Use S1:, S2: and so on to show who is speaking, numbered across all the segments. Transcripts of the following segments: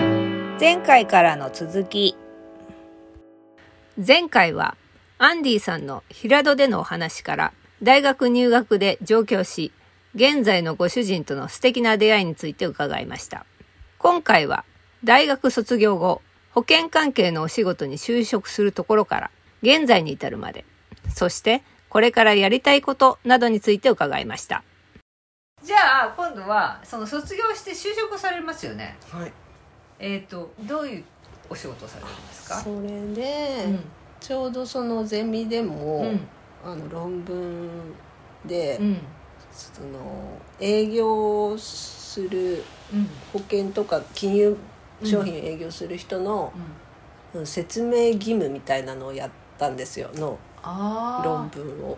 S1: 前回からの続き前回はアンディさんの平戸でのお話から大学入学で上京し現在のご主人との素敵な出会いについて伺いました今回は大学卒業後保険関係のお仕事に就職するところから現在に至るまでそしてこれからやりたいことなどについて伺いましたじゃあ今度はその卒業して就職されますよね
S2: はい
S1: えっ、とどういうお仕事をされるんですか
S2: それで、ちょうどそのゼミでも、あの論文で、
S1: うん
S2: その営業をする
S1: うん
S2: 保険とか金融商品を営業する人の、うん説明義務みたいなのをやったんですよの
S1: あ
S2: 論文を、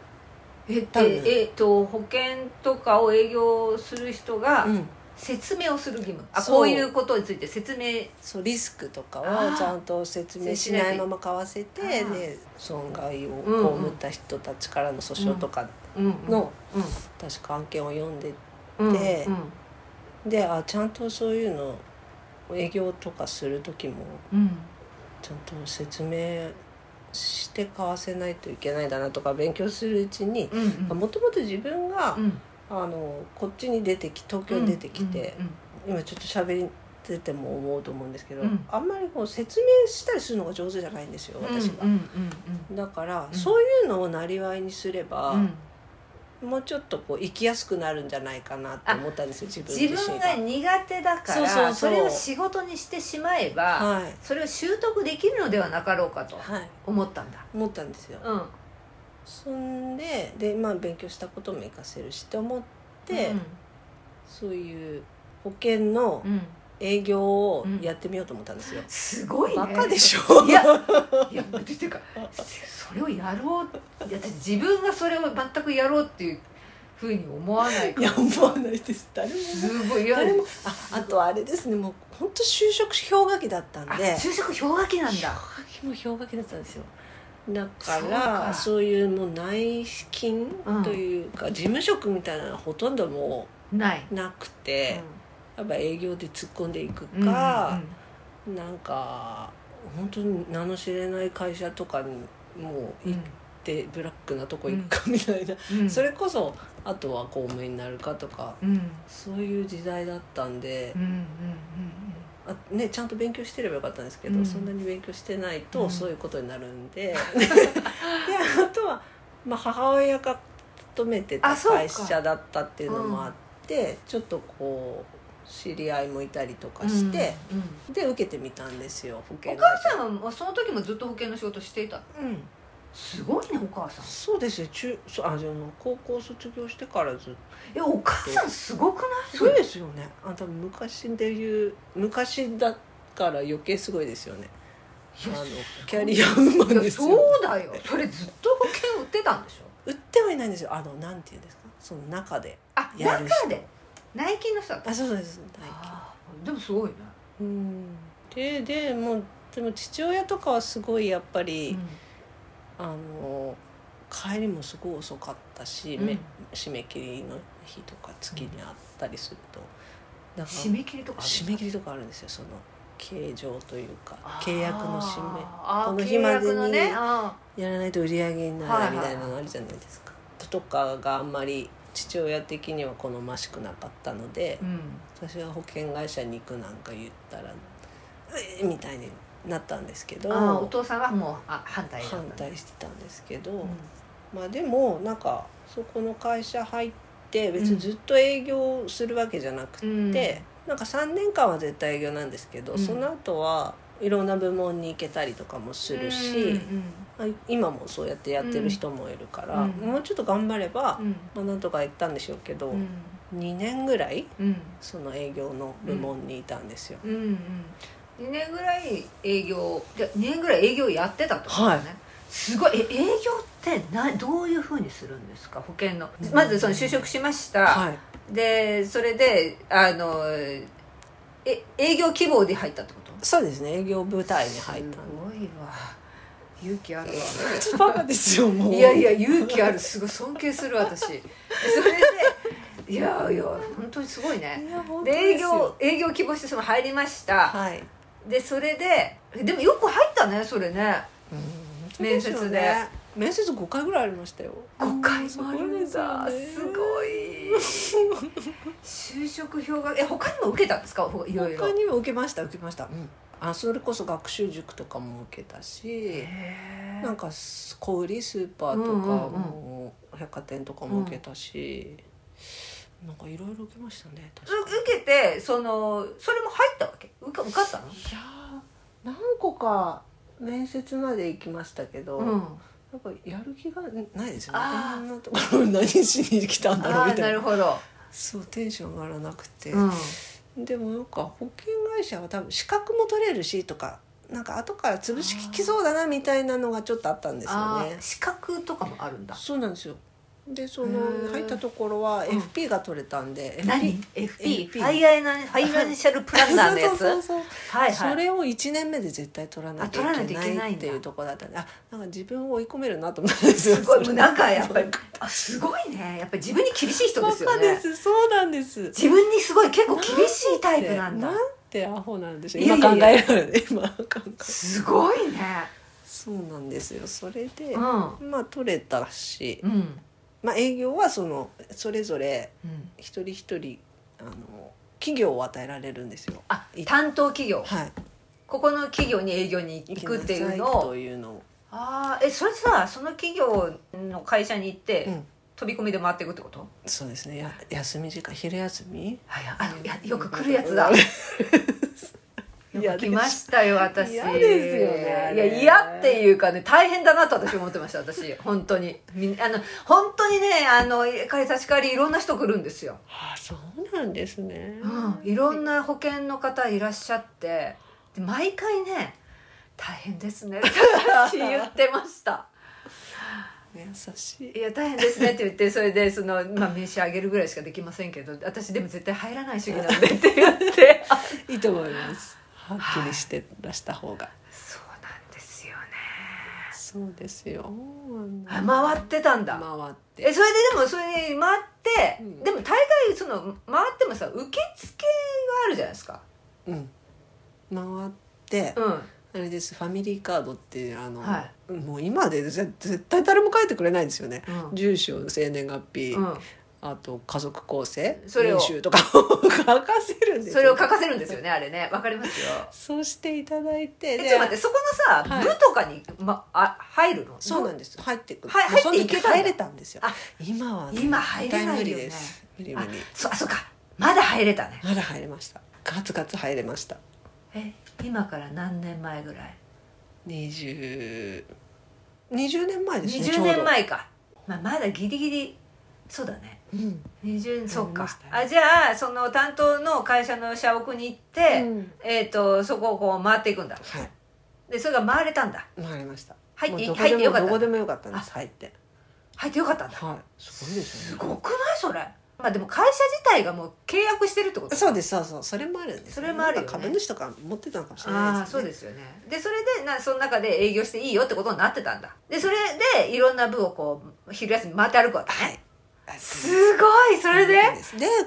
S1: えっ
S2: 多分
S1: えっと保険とかを営業する人が
S2: うん
S1: 説明をする義務、あ
S2: そう
S1: こういうことについて説明
S2: そうリスクとか
S1: あ
S2: を
S1: ー
S2: ちゃんと説明しないまま買わせて
S1: しないと
S2: で損害を被
S1: うんうん
S2: った人たちからの訴訟とか
S1: の
S2: の、確か案件を読んで
S1: うん
S2: で
S1: うん
S2: であちゃんとそういうの営業とかする時も
S1: うん
S2: ちゃんと説明して買わせないといけないんだなとか勉強するうちに
S1: うんうん
S2: もともと自分が、
S1: うん
S2: あのこっちに出てき東京に出てきて、
S1: うん
S2: 今ちょっと喋ってても思うと思うんですけど、
S1: うん
S2: あんまりこう説明したりするのが上手じゃないんですよ
S1: うん
S2: 私が。
S1: うんうん
S2: だから、
S1: うん
S2: そういうのをなりわいにすれば、
S1: うんうん
S2: もうちょっとこう生きやすくなるんじゃないかなって思ったんですよ自分
S1: 自
S2: 自身
S1: 分
S2: が。
S1: が苦手だか
S2: そうそうそ
S1: ら
S2: う
S1: それを仕事にしてしまえば
S2: はい、
S1: それを習得できるのではなかろうかと
S2: はい、
S1: 思ったんだ
S2: 思ったんですよ。
S1: うん
S2: そんでで、まあ、勉強したことも活かせるしと思って、そういう保険の
S1: うんうん
S2: 営業をやってみようと思ったんですよ。
S1: すごいね
S2: バカでしょ
S1: いやいやていうかそれをやろういや私自分がそれを全くやろうっていうふうに思わないか
S2: い
S1: ら
S2: や思わないです誰も
S1: すごいいや
S2: 誰もああとあれですねもう本当就職氷河期だったん
S1: あ
S2: で
S1: 就職氷河期なんだ
S2: 氷河期も氷河期だったんですよだから
S1: そ
S2: そうう
S1: か
S2: いうもう内勤
S1: うん
S2: というか、事務職みたいなのはほとんども
S1: ない、
S2: うなくて、やっぱ営業で突っ込んでいく
S1: うん
S2: か、
S1: うんうん
S2: なんか本当に名の知れない会社とかにもう行ってブラックなとこ行くかみたいな、
S1: うん
S2: それこそあとは公務員になるかとか
S1: うんうん
S2: そういう時代だったんで
S1: うんうんうん
S2: あ、ね、ちゃんと勉強してればよかったんですけど、
S1: うん
S2: そんなに勉強してないと、
S1: うん
S2: そういうことになる んでであとは、まあ、母親が勤めて
S1: あ
S2: た
S1: そうか
S2: 会社だったっていうのもあってちょっとこう知り合いもいたりと
S1: う
S2: か
S1: ん
S2: して、
S1: うん
S2: で受けてみたんですよ保険
S1: お母さんはもうその時もずっと保険の仕事していた
S2: うん
S1: すごいねお母さん
S2: そうですよ中そうあでも高校卒業してからずっと
S1: えお母さんすごくない
S2: そうですよねあ多分昔でいう昔だから余計すごいですよねあ
S1: いや
S2: のキャリアウーマン
S1: い
S2: で
S1: や
S2: す
S1: そ
S2: よ
S1: うだよそれずっと保険売ってたんでしょ
S2: 売ってはいないんですよあのなんていうんですかその中で
S1: あ
S2: やる人
S1: 中で内勤の人だった
S2: あそうそうです
S1: あーでもすごいね、
S2: 大うんででもうでも父親とかはすごいやっぱり、あの帰りもすごい遅かったし、
S1: うん
S2: め締め切りの日とか月にあったりすると、だから
S1: 締め切りとかある
S2: 締め切りとかあるんですよその形状というか契約の締
S1: あー
S2: この日までに
S1: 契約のねあ
S2: めやらないと売り上げにならないみ
S1: はいは
S2: た
S1: い
S2: いなのあるじゃないですか。とかがあんまり父親的には好ましくなかったので
S1: ー、うん
S2: 私が保険会社に行くなんか言ったら「うえみたいになったんですけど
S1: あーお父さんはもうあ反対だった
S2: 反
S1: んだ
S2: 対してたんですけど、
S1: うん
S2: まあでもなんかそこの会社入って別にずっと営業するわけじゃなくて。
S1: うん
S2: でなんか3年間は絶対営業なんですけ
S1: う
S2: ど、
S1: ん
S2: その後はいろんな部門に行けたりとかもするし、
S1: うん
S2: まあ今もそうやってやってる人もいるから、
S1: うん
S2: もうちょっと頑張れば
S1: う、ん
S2: まあ、なんとか行ったんでしょうけど、
S1: うん
S2: 2年ぐらい
S1: うん
S2: その営業の部門にいたんですよ。
S1: うんうん2年ぐらい営業じゃ2年ぐらい営業やってたってことだよね、すごいえ営業ってなどういうふうにするんですか保険のまずその就職しました、
S2: はい、
S1: でそれであのえ営業希望で入ったってこと
S2: そうですね営業部隊に入った
S1: す
S2: ん
S1: ごいわ勇気あるわ
S2: でちょっとバカですよもう
S1: いやいや勇気あるすごい尊敬する私それでいやいや本当にすごいね
S2: いや本当
S1: で
S2: で
S1: 営
S2: すよ
S1: 業営業希望してその入りました、
S2: はい
S1: でそれででもよく入ったねそれね面接で
S2: そうすよね面接5回ぐらいありましたよ
S1: 5回もあるんだ
S2: そうですすよね
S1: ごい就職票がえ他にも受けたんですかほいろいろ
S2: 他にも受けました受けました、うんあそれこそ学習塾とかも受けたし
S1: へー
S2: なんか小売りスーパーとか
S1: うんうんうん
S2: もう百貨店とかも受けたし、なんかいろいろ受けましたね確
S1: そ
S2: か
S1: れ受けてそのそれも入ったわけ受か受かったの
S2: いやー何個か面接まで行きましたけど、
S1: うん
S2: やっぱやる気がないですよね
S1: あー
S2: こんなところに何しに来たんだろ
S1: あ
S2: うみ
S1: あ
S2: た
S1: ないる
S2: な
S1: ほど、
S2: そうテンション上がらなくて、
S1: うん、
S2: でもなんか保険会社は多分資格も取れるしとかなんか後から潰しきそうだなみたいなのがちょっとあったんですよ
S1: あ
S2: ね
S1: ー資格とかもあるんだ
S2: そうなんですよでその
S1: へー
S2: 入ったところは
S1: うん
S2: FP が取れたんで、
S1: 何
S2: FP
S1: FP ファイアナファイナンシャルプランナーのやつ
S2: そうそうそうそう
S1: はいはい
S2: それを1年目で絶対取らなき
S1: あ取ら
S2: ゃ
S1: ないいと
S2: け
S1: い
S2: な
S1: けない
S2: い
S1: ん
S2: っ
S1: だ
S2: ていうところだったんであなんか自分を追い込めるなと思ったんですよ
S1: すごいも
S2: そうれ
S1: なんかやっぱりあすごいねやっぱり自分に厳しい人ですよ
S2: バカ
S1: ね
S2: ですそうなんです
S1: 自分にすごい結構厳しいタイプなんだ
S2: なんてアホなんでしょう
S1: いや
S2: 今
S1: いや
S2: 考
S1: いや
S2: えられる今考え
S1: すごいね
S2: そうなんですよそれで
S1: う、ん
S2: まあ取れたし、
S1: うん
S2: まあ、営業はそのそれぞれ
S1: うん
S2: 一人一人あの企業を与えられるんですよ
S1: あ担当企業
S2: はい
S1: ここの企業に営業に行くっていうの
S2: 行きなさいと
S1: を
S2: いうのを
S1: ああえそれさその企業の会社に行って、
S2: うん
S1: 飛び込みで回っていくってこと
S2: そうですねや休み時間昼休み
S1: はいあのいやよく来るやつだ
S2: い
S1: よ
S2: や
S1: く来ましたよ私
S2: 嫌ですよねあ
S1: い
S2: れ
S1: や嫌っていうかね大変だなと私思ってました私本当にみんあの本当にねあの会差し借りいろんな人来るんですよ、
S2: あそうなんですね、
S1: うん、いろんな保険の方いらっしゃってで毎回ね大変ですねって私言ってました
S2: 優しい
S1: いや大変ですねって言ってそ れでその、まあ、名刺あげるぐらいしかできませんけど私でも絶対入らない主義なんでって言って
S2: いいと思いますはっきりしてらした方が
S1: そうなんですよね
S2: そうですよ
S1: あ回ってたんだ
S2: 回っ
S1: え
S2: て
S1: それででもそれに回って、
S2: うん
S1: でも大概その回ってもさ受付があるじゃないですか
S2: うん回って
S1: うん
S2: あれですファミリーカードっていうあの、
S1: は
S2: もう今でぜ絶対誰も書いてくれないんですよね、
S1: うん
S2: 住所生年月日、
S1: う
S2: あと家族構成
S1: それを
S2: 年収とかを書かせるん
S1: ん、
S2: です
S1: それを書かせるんですよねあれねわかりますよ
S2: そうしていただいて
S1: えちょっと待ってそこのさ、
S2: はい
S1: 部とかに、ま、あ入るの
S2: そうなん
S1: す
S2: です入ってくる、
S1: はい
S2: もう
S1: 入っていけたんだ
S2: その時入れたんですよ
S1: あ
S2: 今は、
S1: 今入れないよね
S2: 絶対無理です無理無
S1: あ
S2: 理
S1: そあそうかまだ入れたね
S2: まだ入れましたガツガツ入れました
S1: え今から何年前ぐらい
S2: 2020年前ですね
S1: 20年、前か、まあ、まだギリギリそうだね
S2: ちょうどうん
S1: 20そっ
S2: なりま
S1: か
S2: したね
S1: あじゃあその担当の会社の社屋に行って、
S2: うん
S1: えっ、とそこをこう回っていくんだ
S2: はい
S1: でそれが回れたんだ
S2: 回りました
S1: 入って
S2: もう
S1: 入ってよかった
S2: どこでもよかったんです入って
S1: 入ってよかったんだ
S2: はいすごいです
S1: す
S2: よ
S1: ごくないそれまあでも会社自体がもう契約してるってこと
S2: ねそうですそうそうそれもあるんです
S1: それもあるよね
S2: なんか株主とか持ってたのかもしれ
S1: あ
S2: な
S1: あ
S2: い
S1: そうですすよねでそれでなその中で営業していいよってことになってたんだでそれでいろんな部をこう昼休み回って歩くわけ
S2: ねはい
S1: すごいそれで
S2: で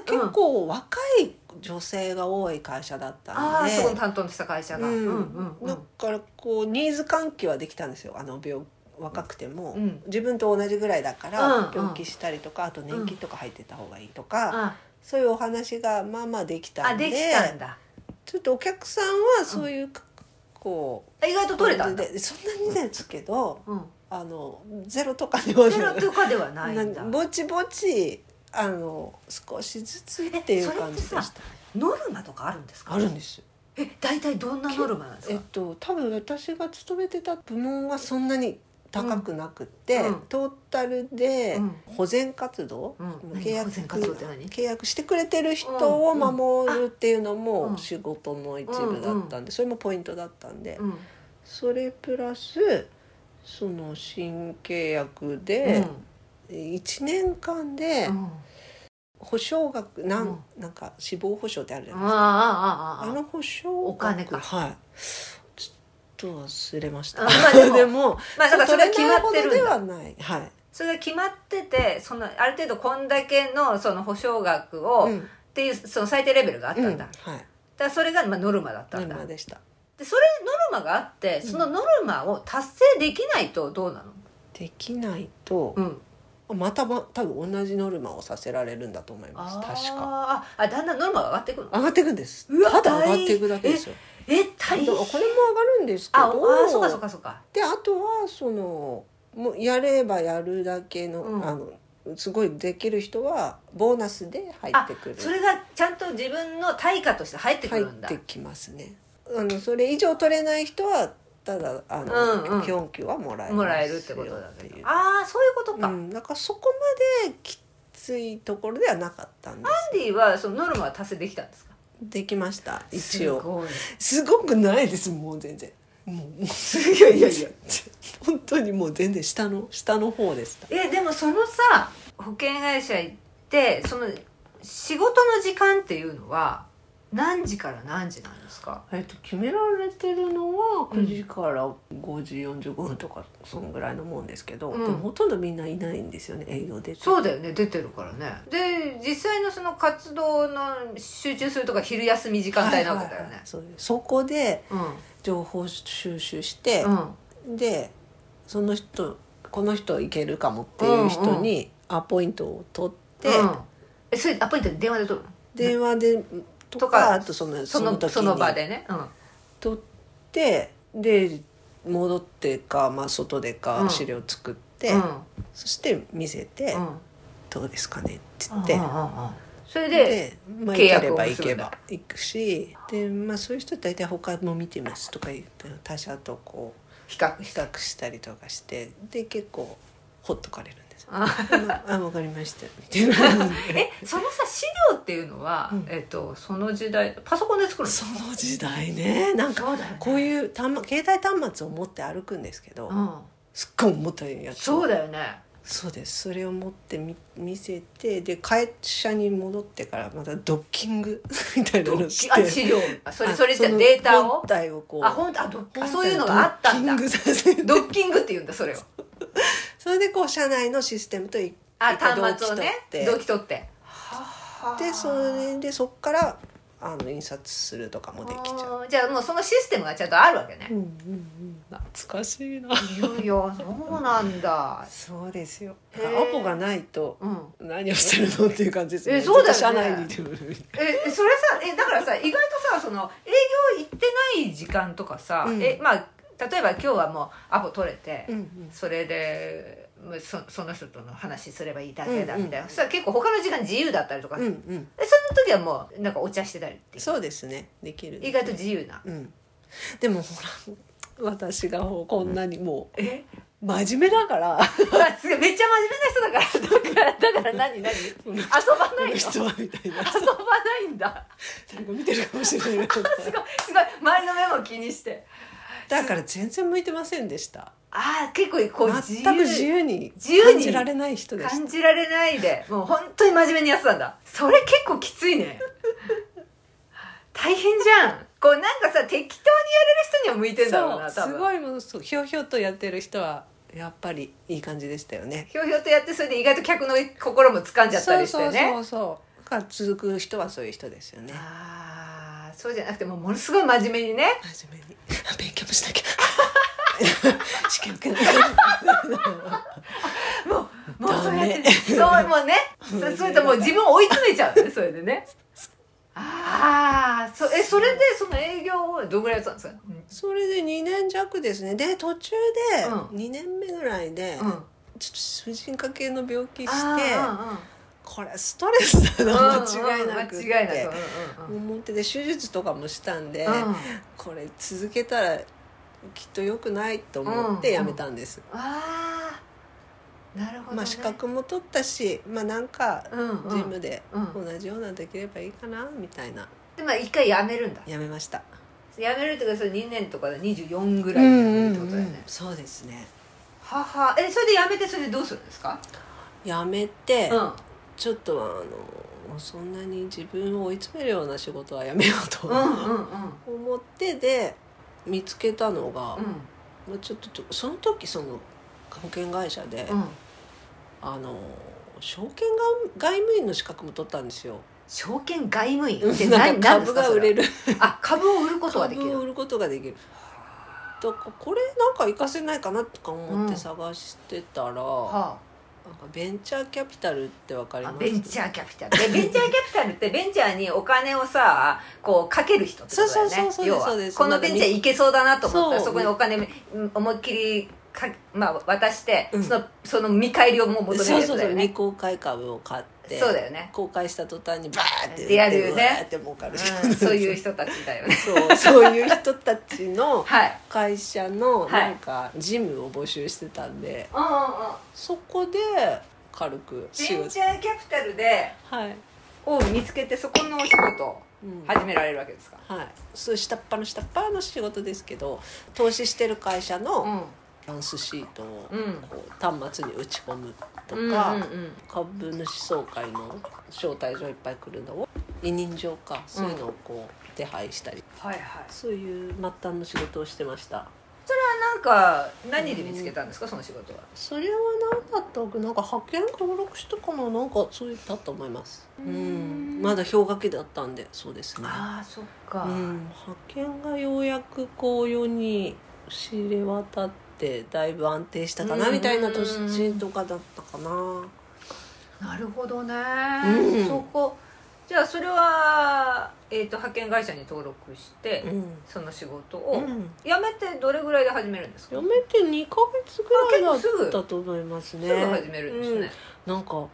S2: 結構若い女性が多い会社だった
S1: あ
S2: ん
S1: あ
S2: で
S1: そこの担当した会社が
S2: うん
S1: うんうんう
S2: だ
S1: ん
S2: からこうニーズ喚起はできたんですよあの病若くても、
S1: うん
S2: 自分と同じぐらいだか
S1: うんう
S2: ら
S1: ん
S2: 病気したりとか、あと年金とか入ってた方がいいとか、
S1: あ
S2: そういうお話がまあまあできた
S1: あ
S2: んで
S1: できたんだ
S2: ちょっとお客さんはそういう、こう
S1: あ意外と取れたんだ
S2: でそんなにですけど、
S1: うん
S2: あのゼロとかでは
S1: ゼロとかではないんだ
S2: なぼちぼちあの少しずつっていう感じで
S1: え
S2: し
S1: そ
S2: た
S1: ノルマとかあるんですか
S2: あるんですよ
S1: え大体どんなノルマなんです
S2: えっ
S1: か
S2: と多分私が勤めてた部門はそんなに高くなくて、
S1: うんうん
S2: トータルで
S1: うん
S2: 保全活動、
S1: うん何
S2: 契約
S1: 保全活動って何
S2: 契約してくれてる人を守るっていうの
S1: うんうん
S2: も仕事の一部だったんでそれもポイントだったんで
S1: うん
S2: それプラスその新契約で1年間で
S1: うんうん
S2: 保証額な
S1: うん
S2: んなんか死亡保証ってあるじゃ
S1: あ
S2: な
S1: ああああ
S2: いですか
S1: あ
S2: あの保証額
S1: お金か
S2: はいちょっと忘れました
S1: あまあでも
S2: でも
S1: まあだからそれが決まって
S2: 取れない
S1: る
S2: ほど
S1: ん
S2: で
S1: だ
S2: はないはい、
S1: それが決まっててそのある程度こんだけのその保証額を、
S2: うん
S1: っていうその最低レベルがあったんだ、
S2: う
S1: だ
S2: んはい
S1: からそれがまあノルマだった
S2: ノ
S1: ん
S2: ル
S1: だ
S2: マでした
S1: ででそれノルマがあってそのノルマを達成できないとどうなの、
S2: できないと
S1: う、ん、
S2: またま多分同じノルマをさせられるんだと思います確か
S1: あーあだんだんノルマが上がっていくの
S2: 上がっていくんです
S1: うわ
S2: ただ上がっていくだけですよ
S1: え
S2: あ
S1: 大変
S2: とこれも上がるんですけど
S1: ああそうかそうかそうか
S2: であとはそのもうやればやるだけの,、
S1: うん
S2: あのすごいできる人はボーナスで入っ
S1: あ
S2: てくる
S1: それがちゃんと自分の対価として入ってく
S2: 入っ
S1: るんだ
S2: てきますねあのそれ以上取れない人はただあの、
S1: うんうん
S2: 基本給はもらえますよ
S1: もらえるってことだ
S2: って
S1: ね
S2: いう
S1: ああそういうことか、
S2: う
S1: アン
S2: ん、なんかそこまできついところではなかったんです
S1: ディはそのノルマは達成できたんですか
S2: できました一応
S1: すごい
S2: すごくないですもう全然もうもう
S1: いやいやいや
S2: 本当にもう全然下の下の方でした
S1: えでもそのさ保険会社行ってその仕事の時間っていうのは何時から何時なんですか
S2: えっと、決められてるのは
S1: うん
S2: 9時から5時45分とかそんぐらいのもんですけど、
S1: うん
S2: でもほとんどみんないないんですよね営業で
S1: そうだよね出てるからねで実際のその活動の集中するとか昼休み時間帯なわけだよ
S2: はいはいは
S1: ね
S2: いそうですそこで情報収集して
S1: う、んうん
S2: でその人この人いけるかもっていう人にアポイントを取って、
S1: うんえそれアポイントで電話で取るの
S2: 電話でとか
S1: とか
S2: あとその
S1: そ
S2: その
S1: の
S2: 時に
S1: その場でね、うん、
S2: 取ってで戻ってか、まあ、外で
S1: う
S2: か
S1: ん
S2: 資料作って、
S1: うん
S2: そして見せて、
S1: うん
S2: どうですかねって言って。
S1: うんうんうんそれで
S2: まあ、
S1: 契
S2: 行け
S1: 約
S2: れ
S1: を
S2: ば行
S1: 結ぶ
S2: け
S1: んだ
S2: ば行くしで、まあ、そういう人大体他も見てますとか言って他社とこ
S1: 比較
S2: う比較したりとかしてで結構ほっとかれるんですよ
S1: あ
S2: まあ、あわかりましたみたい な
S1: えそのさ資料っていうのは、
S2: うん
S1: えっとその時代パソコンで作るの
S2: その時代ねなんか
S1: そうだよね
S2: こういう端末携帯端末を持って歩くんですけど、
S1: うん
S2: すっごい重たいやつ
S1: そうだよね
S2: そうですそれを持ってみ見せてで会社に戻ってからまたドッキングみたいなのして
S1: あ資料あそれ
S2: あ
S1: それじゃ
S2: の
S1: データを
S2: 本体をこう
S1: あ本当あどあ
S2: 本体を
S1: そういうのがあったんだ
S2: ドッキングさせて
S1: ドッキングって言うんだそれを
S2: それでこう社内のシステムとい
S1: あ
S2: 一回
S1: 端末をね同
S2: 同
S1: 期取って
S2: でそれでそっからあの印刷するとかもできちゃう、
S1: うじゃあもうそのシステムがちゃんとあるわけね
S2: うんうんうん、懐かしいない
S1: よいよそうなんだ
S2: そうですよ
S1: へー
S2: アポがないと
S1: うん
S2: 何をしてるのっていう感じです
S1: えそうだよね
S2: ずっと社内にいてる
S1: えそれさえだからさ意外とさその営業行ってない時間とかさ、
S2: うん
S1: えまあ例えば今日はもうアポ取れて、
S2: うんうん
S1: それでまあそその人との話すればいいだけだ
S2: うんうん
S1: みたいな、そしたら結構他の時間自由だったりとか、
S2: うんう
S1: で
S2: ん
S1: その時はもうなんかお茶してたりっていう
S2: そうですねできる
S1: 意外と自由な
S2: うんでもほら私がこんなにも
S1: え
S2: う真面目だから
S1: あすごいめっちゃ真面目な人だからだからだから 何何遊
S2: この
S1: ばないの遊
S2: 人はみたいな
S1: ばないんだ
S2: なんか見てるかもしれないな
S1: すごいすごい周りの目も気にして
S2: だから全然向いてませんでした
S1: ああ結構こう自由
S2: 全く自由に
S1: 自由に
S2: 感じられない人でした
S1: 感じられないでもう本当に真面目にやってたんだそれ結構きついね大変じゃんこうなんかさ適当にやれる人には向いてんだろうな
S2: そ
S1: 多
S2: うす
S1: 分
S2: ごいもうそうひょうひょうとやってる人はやっぱりいい感じでしたよね
S1: ひょうひょうとやってそれで意外と客の心も掴んじゃったりしてね
S2: そうそうそうそうだから続く人はそういう人ですよね
S1: ああそうじゃなくてもうものすごい真面目にね
S2: 真面目に勉強もしなきゃ 試験受けなきゃ
S1: もうもう
S2: ダ
S1: そうやって
S2: メ
S1: そうも うねそそれともう自分を追い詰めちゃうねそれでねああそえそれでその営業をどんぐらいやってたんですか、
S2: それで2年弱ですねで途中で
S1: う
S2: 2年目ぐらいで、
S1: うん、
S2: ちょっと婦人科系の病気して
S1: あーうんうん
S2: これストレスだな間違いなくって
S1: 間違いなくうんうん
S2: 思ってで手術とかもしたんで、
S1: うんうん
S2: これ続けたらきっと良くないと思ってやめたんです、
S1: あーなるほどね
S2: まあ資格も取ったしまあなんか
S1: うんうん
S2: ジムで
S1: うん
S2: 同じようなのできればいいかなみたいな
S1: でまあ一回やめるんだ
S2: やめました
S1: やめるっていうかそれ2年とかで24ぐ
S2: ぐ
S1: らいってことだよね、
S2: そうですね
S1: ははえそれでやめてそれでどうするんですか
S2: やめて、
S1: うんうん
S2: ちょっとあのそんなに自分を追い詰めるような仕事はやめようと
S1: うんうんうん
S2: 思ってで見つけたのが、まあちょっとちょその時その保険会社で、
S1: うん
S2: あの証券が外務員の資格も取ったんですよ
S1: 証券外務員 って
S2: なん
S1: 何
S2: か
S1: 何です
S2: 株
S1: か
S2: が売れ
S1: る
S2: る
S1: あ株を売ることができ
S2: 株を売
S1: る
S2: ることができるとかこれなんか活かせないかなとか思
S1: う
S2: っ
S1: ん
S2: て探してたら、
S1: は
S2: なんかベンチャーキャピタルってわかり
S1: あ
S2: ま
S1: あ
S2: す
S1: ベンチャーキャピタルでベンチャーキャピタルってベンチャーにお金をさこうかける人ってことだよ
S2: そうそうそうそ
S1: ね
S2: うです
S1: 要
S2: そうで
S1: は
S2: す
S1: このベンチャーいけそうだなと思ったら
S2: そう
S1: そこにお金うん思いっきりか、まあ、渡して、
S2: うん
S1: そのその見返りをもう求める
S2: そう
S1: や
S2: そ
S1: つ
S2: う
S1: だ
S2: そう
S1: よね
S2: 未公開株を買って
S1: そうだよね、
S2: 公開した途端にバーって売って
S1: やるよね
S2: バーって儲かる、
S1: うん、そういう人たちだよね
S2: そうそういう人たち の
S1: はい
S2: 会社の
S1: はい
S2: なんか事務を募集してたんで、
S1: うんうんうん
S2: そこで軽く仕
S1: ベン
S2: 事
S1: チャーキャピタルで
S2: はい、
S1: を見つけてそこのお仕事を
S2: うん
S1: 始められるわけですか、
S2: はい、そう下っ端の下っ端の仕事ですけど投資してる会社の
S1: ん
S2: バランスシートを
S1: うん
S2: こう端末に打ち込むと
S1: うんうん
S2: か、
S1: うん
S2: 株主総会の招待状いっぱい来るのを委任状かそういうのをこう手配したり、
S1: はいはい
S2: そういう末端の仕事をしてました
S1: なんか何で見つけたんですかその仕事は
S2: それは何だったっけなんか派遣登録したかななんかそういったと思いますうんんまだ氷河期だったんでそうですね
S1: あそっか
S2: うん、派遣がようやくこう世に仕入れ渡ってだいぶ安定したかな
S1: うん
S2: みたいな年とかだったかな、
S1: なるほどね、
S2: うん
S1: そこじゃあそれは、えー、と派遣会社に登録して、
S2: うん
S1: その仕事を、辞めてどれぐらいで始めるんですか
S2: やめて2ヶ月ぐらい
S1: あ結構す
S2: だ
S1: ぐ
S2: ったと思いますね
S1: すぐ始めるんですね、
S2: うんなんか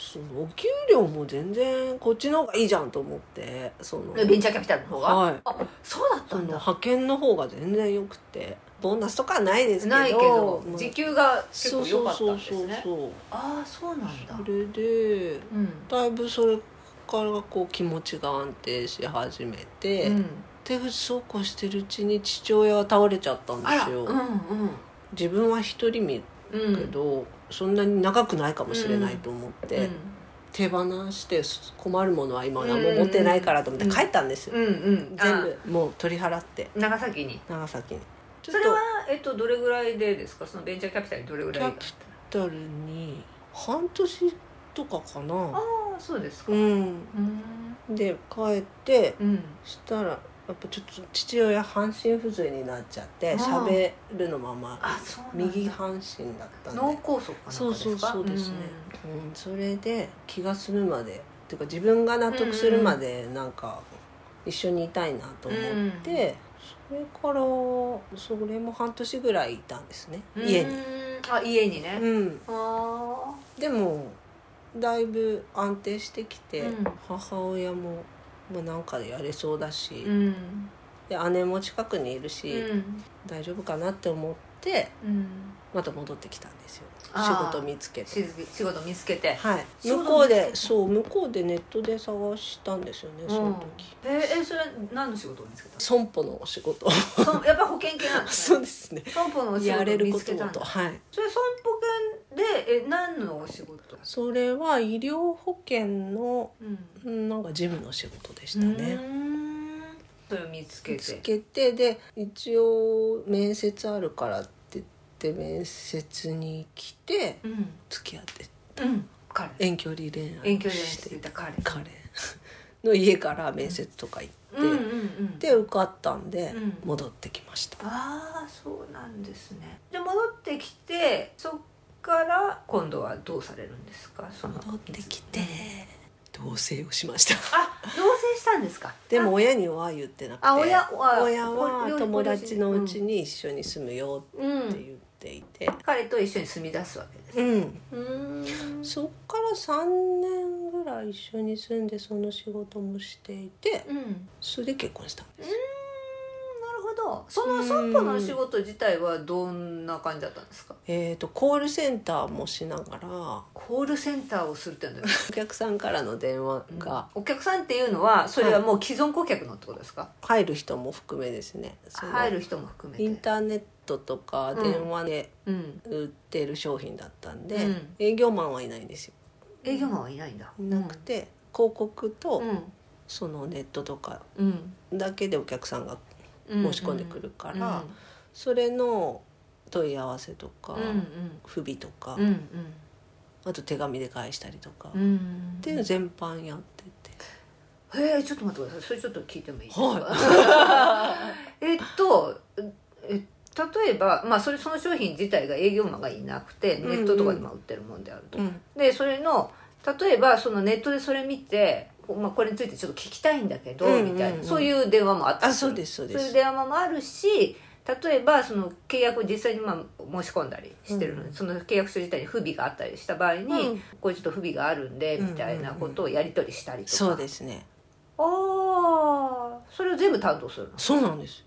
S2: そのお給料も全然こっちの方がいいじゃんと思ってその
S1: ベンチャーキャピタルの方が、
S2: はい
S1: あそうだった
S2: その
S1: んだ
S2: 派遣の方が全然良くてボーナスとかはないですけど
S1: ないけど
S2: まあ
S1: 時給が結
S2: そ
S1: 構
S2: う
S1: 良
S2: そ
S1: かったん
S2: うそう
S1: です
S2: そう
S1: ね
S2: そう
S1: ああそうなんだ
S2: それで
S1: うん
S2: だいぶそれからこう気持ちが安定し始めて、
S1: うん
S2: 手口そうこうしてるうちに父親は倒れちゃったんで
S1: あら
S2: す
S1: う
S2: よ、
S1: んうん
S2: 自分は一人身
S1: うん
S2: だけど、そんなに長くないかもしれないと思って、手放して困るものは今何も持ってないからと思って帰ったんですよ、
S1: うんうん
S2: 全部もう取り払って
S1: あ長崎に
S2: 長崎にち
S1: それはえっとどれぐらいでですかそのベンチャーキャピタルにどれぐらいだった
S2: キャタルに半年とかかな
S1: ああそうですか
S2: う
S1: うんーん
S2: で帰って
S1: うん
S2: したらやっぱちょっと父親半身不随になっちゃって
S1: ああ
S2: 喋るのまま
S1: あそうなんだ
S2: 右半身だったんで、
S1: 脳梗塞かなんかですか
S2: そうそうそうですね、うんそれで気が済むまでっていうか自分が納得するまでなんか一緒にいたいなと思って、それからそれも半年ぐらいいたんですね、
S1: うん
S2: 家
S1: う
S2: に。
S1: ーんあ家にね
S2: うん、
S1: ああ
S2: でもだいぶ安定してきて、
S1: うん
S2: 母親も、まあ、なんかやれそうだし、
S1: うん
S2: で姉も近くにいるし、
S1: うん
S2: 大丈夫かなって思って
S1: うん
S2: また戻ってきたんですよ仕
S1: あー
S2: 事見つけて
S1: し仕事見つけて
S2: はい
S1: 仕事
S2: 向こう
S1: 見つけ
S2: で
S1: た
S2: そう向こうでネットで探したんですよねその時、
S1: えーえそれ何の仕事を見つけたの
S2: 損保のお仕事
S1: そんやっぱ保険系 なんです
S2: そう
S1: ね
S2: ですね
S1: 損保のお仕
S2: や
S1: 事
S2: れ
S1: を
S2: る
S1: 見
S2: こ
S1: つ
S2: と
S1: けた
S2: も
S1: ん
S2: と
S1: だ
S2: はい
S1: それ損保険でえ何のお仕事
S2: それは医療保険の
S1: うん
S2: うんなんか事務の仕事でしたね
S1: それを見つけ
S2: つ
S1: て
S2: けてで一応面接あるからって言って面接に来て
S1: うん
S2: 付き合って
S1: うん彼
S2: 遠距離恋愛
S1: 遠距離で
S2: し
S1: してていた彼
S2: カレンの家から面接とか行って、
S1: うんうんうん
S2: で受かったんで
S1: うん
S2: 戻ってきました、
S1: ああそうなんですねで戻ってきてそっから今度はどうされるんですかその
S2: 戻ってきて同棲をしました
S1: あ同棲したんですか
S2: でも親には言ってなくて
S1: あ親は
S2: 親は
S1: ごご
S2: 友達のうち
S1: うん
S2: に一緒に住むよ
S1: うん
S2: って言っていて
S1: 彼と一緒に住み出すわけです
S2: うん
S1: うーん
S2: そっから3年ぐらい一緒に住んでその仕事もしていて
S1: うん、うーん、なる
S2: それで結婚したんです
S1: ほどその損保のお仕事自体はどんな感じだったんですか
S2: えー、とコールセンターもしながら
S1: コールセンターをするって言うんだよね
S2: お客さんからの電話が
S1: お客さんっていうのはそれはもう既存顧客のってことですか、
S2: 入る人も含めですねその
S1: 入る人も含めて
S2: インターネットとか
S1: うん
S2: 電話で
S1: うん、
S2: 売ってる商品だったんで、
S1: うん
S2: 営業マンはいないんですよ
S1: 営業マンはいないんだ
S2: いなくて、広告と
S1: うん
S2: そのネットとか
S1: うん、
S2: だけでお客さんが
S1: うん、
S2: 申し込んでくるからそれの問い合わせとか、
S1: うんうん
S2: 不備とか、
S1: うんうん
S2: あと手紙で返したりとか、
S1: う
S2: っ
S1: ん
S2: ていうの全般やってて
S1: へえちょっと待ってくださいそれちょっと聞いてもいいですか、
S2: は
S1: えっとえ例えば、まあ、それその商品自体が営業マンがいなくてネットとかでまあ売ってるもんであると、
S2: うん
S1: でそれの例えばそのネットでそれ見て、まあ、これについてちょっと聞きたいんだけど、
S2: うんうんうん
S1: みたいなそういう電話もあった
S2: あそうですそうです
S1: そういう電話もあるし例えばその契約を実際にまあ申し込んだりしてるのに、
S2: うん
S1: その契約書自体に不備があったりした場合に、
S2: うん
S1: これちょっと不備があるんでみたいなことをやり取りしたりとか、
S2: そうですね
S1: ああそれを全部担当するのえ
S2: そうなんです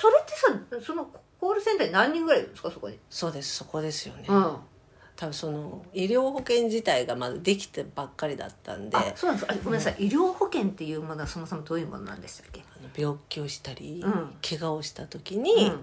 S1: それってさそのコールセンターに何人ぐらいいるんですかそこに
S2: そうですそこですよね、
S1: うんあ
S2: 多分その医療保険自体がまだできてばっかりだったんであ
S1: そうなんですかあごめんなさい、医療保険っていうものはそもそもどういうものなんでしたっけ
S2: の病気をしたり、
S1: うん
S2: 怪我をした時
S1: う
S2: に
S1: ん
S2: 1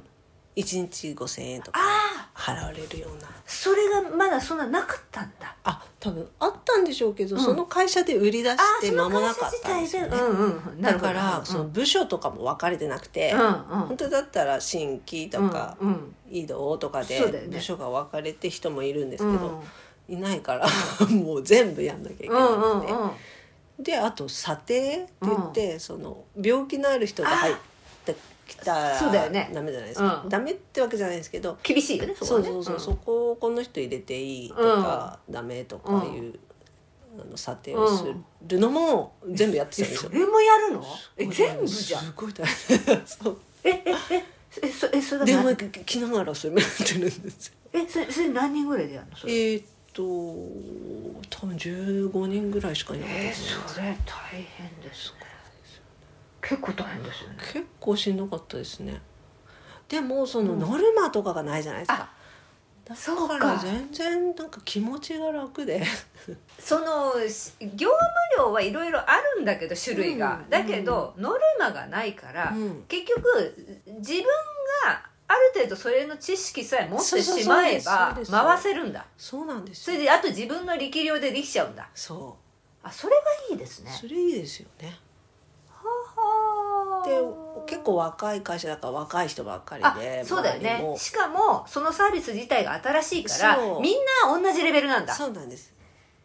S2: 日5,000円とか
S1: ああ
S2: 払われるような
S1: それがまだそんななかったんだ
S2: あ多分あったんでしょうけど、
S1: うん
S2: その会社で売り出し
S1: ああ
S2: て
S1: そ
S2: 間
S1: の
S2: もな
S1: 会
S2: か
S1: 社
S2: ったんで
S1: 自
S2: すよ
S1: 体
S2: ね
S1: で、うんうんうんな
S2: だ
S1: るほど
S2: から、その部署とかも分かれてなくて、
S1: うんうん
S2: 本当だったら新規とか、
S1: うんうん
S2: 移動とか
S1: そうだよね
S2: で部署が分かれて人もいるんです
S1: う
S2: け
S1: んうん
S2: ど、いないから もう全部やんなきゃいけな
S1: う
S2: く
S1: ん
S2: て、
S1: うん
S2: であと査定って言って、その病気のある人が入ってきたら
S1: そうだよね
S2: ダメじゃないですか、
S1: うん
S2: ダメってわけじゃないですけど
S1: 厳しいよねそこ
S2: そ
S1: は
S2: う
S1: ね
S2: そうそう、
S1: ん
S2: そこをこの人入れていいとか、ダメとかいう、あの査定をするのも全部やって
S1: え
S2: たんです
S1: そ
S2: よ。
S1: れもやるのえ全部じゃん
S2: すごい大変 そう
S1: ええええそえそれ
S2: で
S1: が
S2: も
S1: な
S2: き ながらそれもやってるんですよ
S1: えそれそれ何人ぐらいでやるのそ
S2: え
S1: れ
S2: ーっと多分15人ぐらいしかいなかった
S1: えー
S2: と思います
S1: それ大変ですね結構大変ですよね
S2: 結構しんどかったですねでもそのノルマとかがないじゃないですか、
S1: そう
S2: だから全然なんか気持ちが楽で
S1: そのし業務量はいろいろあるんだけど種類が、
S2: うん
S1: だけど、ノルマがないから、
S2: うん
S1: 結局自分がある程度それの知識さえ持ってしまえ
S2: そうそうそう
S1: ば
S2: ですそう
S1: 回
S2: です
S1: せるんだ
S2: そうなんです
S1: そ
S2: よ
S1: れであと自分の力量でできちゃうんだ
S2: そ
S1: あそれがいいです
S2: う、
S1: ね
S2: それいいですよね
S1: は
S2: で結構若い会社だから若い人ばっかり
S1: あ
S2: で
S1: そうだよ
S2: 周り
S1: ね
S2: も
S1: しかもそのサービス自体が新しいから
S2: そう
S1: みんな同じレベルなんだ
S2: そうなんです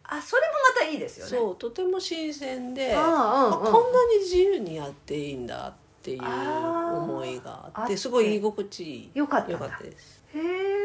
S1: あそれもまたいいですよね
S2: そうとても新鮮で、
S1: あ
S2: あ
S1: あうんうん
S2: こんなに自由にやっていいんだっていう思いがあ
S1: あーあ
S2: っ
S1: ってて
S2: すごい居心地いい
S1: よかったん
S2: よ
S1: だ
S2: かったです
S1: へえ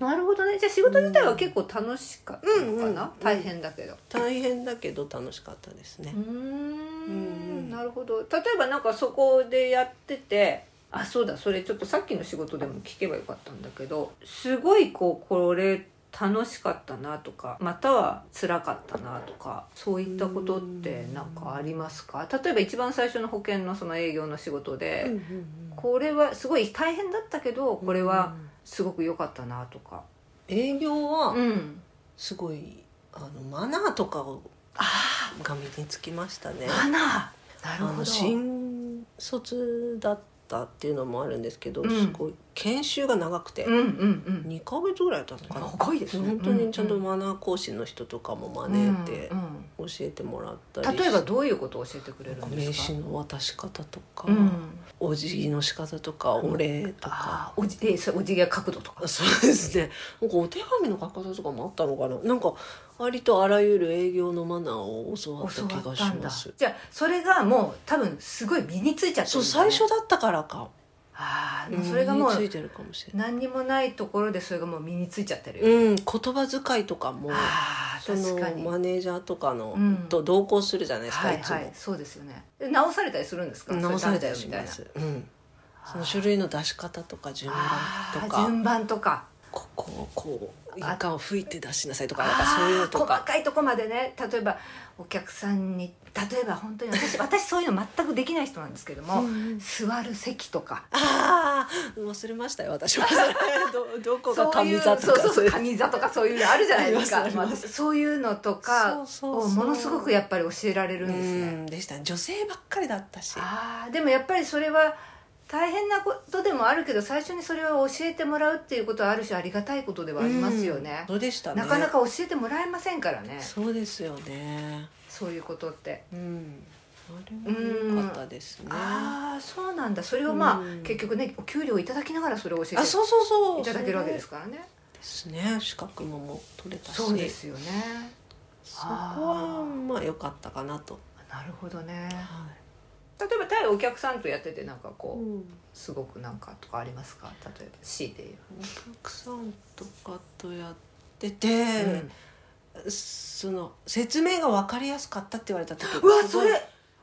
S1: なるほどねじゃあ仕事自体は結構楽しかったのかな、
S2: うんうんうん
S1: 大変だけど
S2: 大変だけど楽しかったですね
S1: うーん
S2: うん
S1: なるほど例えばなんかそこでやっててあそうだそれちょっとさっきの仕事でも聞けばよかったんだけどすごいこうこれ楽しかったなとかまたは辛かったなとかそういったことってなんかありますか例えば一番最初の保険のその営業の仕事で、
S2: うんうんうん
S1: これはすごい大変だったけどこれはすごく良かったなとか
S2: 営業
S1: う
S2: は
S1: ん
S2: すごいあのマナーとかを
S1: あ
S2: が身につきましたね
S1: あ花な
S2: あの新卒だったっていうのもあるんですけど、
S1: うん
S2: すごい研修が長くて
S1: うんうんうん
S2: 2ヶ月ぐらいだったのかな
S1: 長いですね
S2: 本当にちゃん
S1: う
S2: と
S1: う
S2: マナー講師の人とかも招いて
S1: うんうん
S2: 教えてもらったりし
S1: 例えばどういうことを教えてくれるんで
S2: 名
S1: すか
S2: 刺の渡し方とか、
S1: うん、
S2: お辞儀の仕方とかお礼とか
S1: ああおじえそれお辞儀は角度とか
S2: そうですねなんかお手紙の書き方とかもあったのかななんか割とあらゆる営業のマナーを教わった
S1: 教
S2: 気
S1: わ
S2: が
S1: っ
S2: した
S1: ん
S2: ま
S1: だ
S2: す
S1: じゃあそれがもう多分すごい身についちゃって
S2: そ
S1: る
S2: うん
S1: だ
S2: 最
S1: ね
S2: 初だったからか、
S1: ああ
S2: うん
S1: それがも
S2: 身につ
S1: う
S2: いてるかもしれない
S1: 何にもないところでそれがもう身についちゃってるよ、
S2: うん言葉遣いとかも
S1: ああ
S2: そ
S1: 確
S2: の
S1: かに
S2: マネージャーとかの、
S1: うん
S2: と同行するじゃないですか、
S1: はい
S2: いつも、
S1: はいそうですよねで直されたりするんですか
S2: 直されたり
S1: そ
S2: し
S1: れダメだよ
S2: ま
S1: みたいな
S2: す、うん、その書類の出し方とか順番
S1: あ
S2: と
S1: あ
S2: か
S1: 順番とか
S2: ここをこう
S1: あ
S2: 印鑑を吹いて出しなさいとかなんか
S1: あ
S2: そういうの
S1: あ
S2: と
S1: 細
S2: か
S1: かいとこまでね例えばお客さんに例えば本当に 私私そういうの全くできない人なんですけども、座る席とか
S2: ああ忘れましたよ私は どどこが
S1: そうい
S2: 神
S1: う
S2: 座とか
S1: そうそうそう神座とかそういうのあるじゃないですか
S2: ありますあります
S1: まあそういうのとか
S2: そうそう
S1: を
S2: そう
S1: ものすごくやっぱり教えられるん
S2: う
S1: ですね。
S2: んでしたね女性ばっかりだったし
S1: あーでもやっぱりそれは大変なことでもあるけど最初にそれを教えてもらうっていうことはある種ありがたいことではありますよね
S2: うん、そうでしたね
S1: なかなか教えてもらえませんからね
S2: そうですよね
S1: そういうことって
S2: うんあれも良かったですねあ
S1: ああそうなんだそれをまあ、
S2: うん
S1: 結局ねお給料いただきながらそれを教えて
S2: そうそうそう
S1: いただけるわけですからね
S2: ですね資格ももう取れたし
S1: そうですよね
S2: そこはまあ良かったかなと、
S1: なるほどね
S2: は
S1: 例えば対お客さんとやっててなんか
S2: い
S1: こう、すごくなんかとかありますか例えば C で言
S2: お客さんとかとやってて、
S1: う、うん
S2: その説明が分かりやすかったって言われた時
S1: うわ
S2: すご
S1: そ
S2: い
S1: れ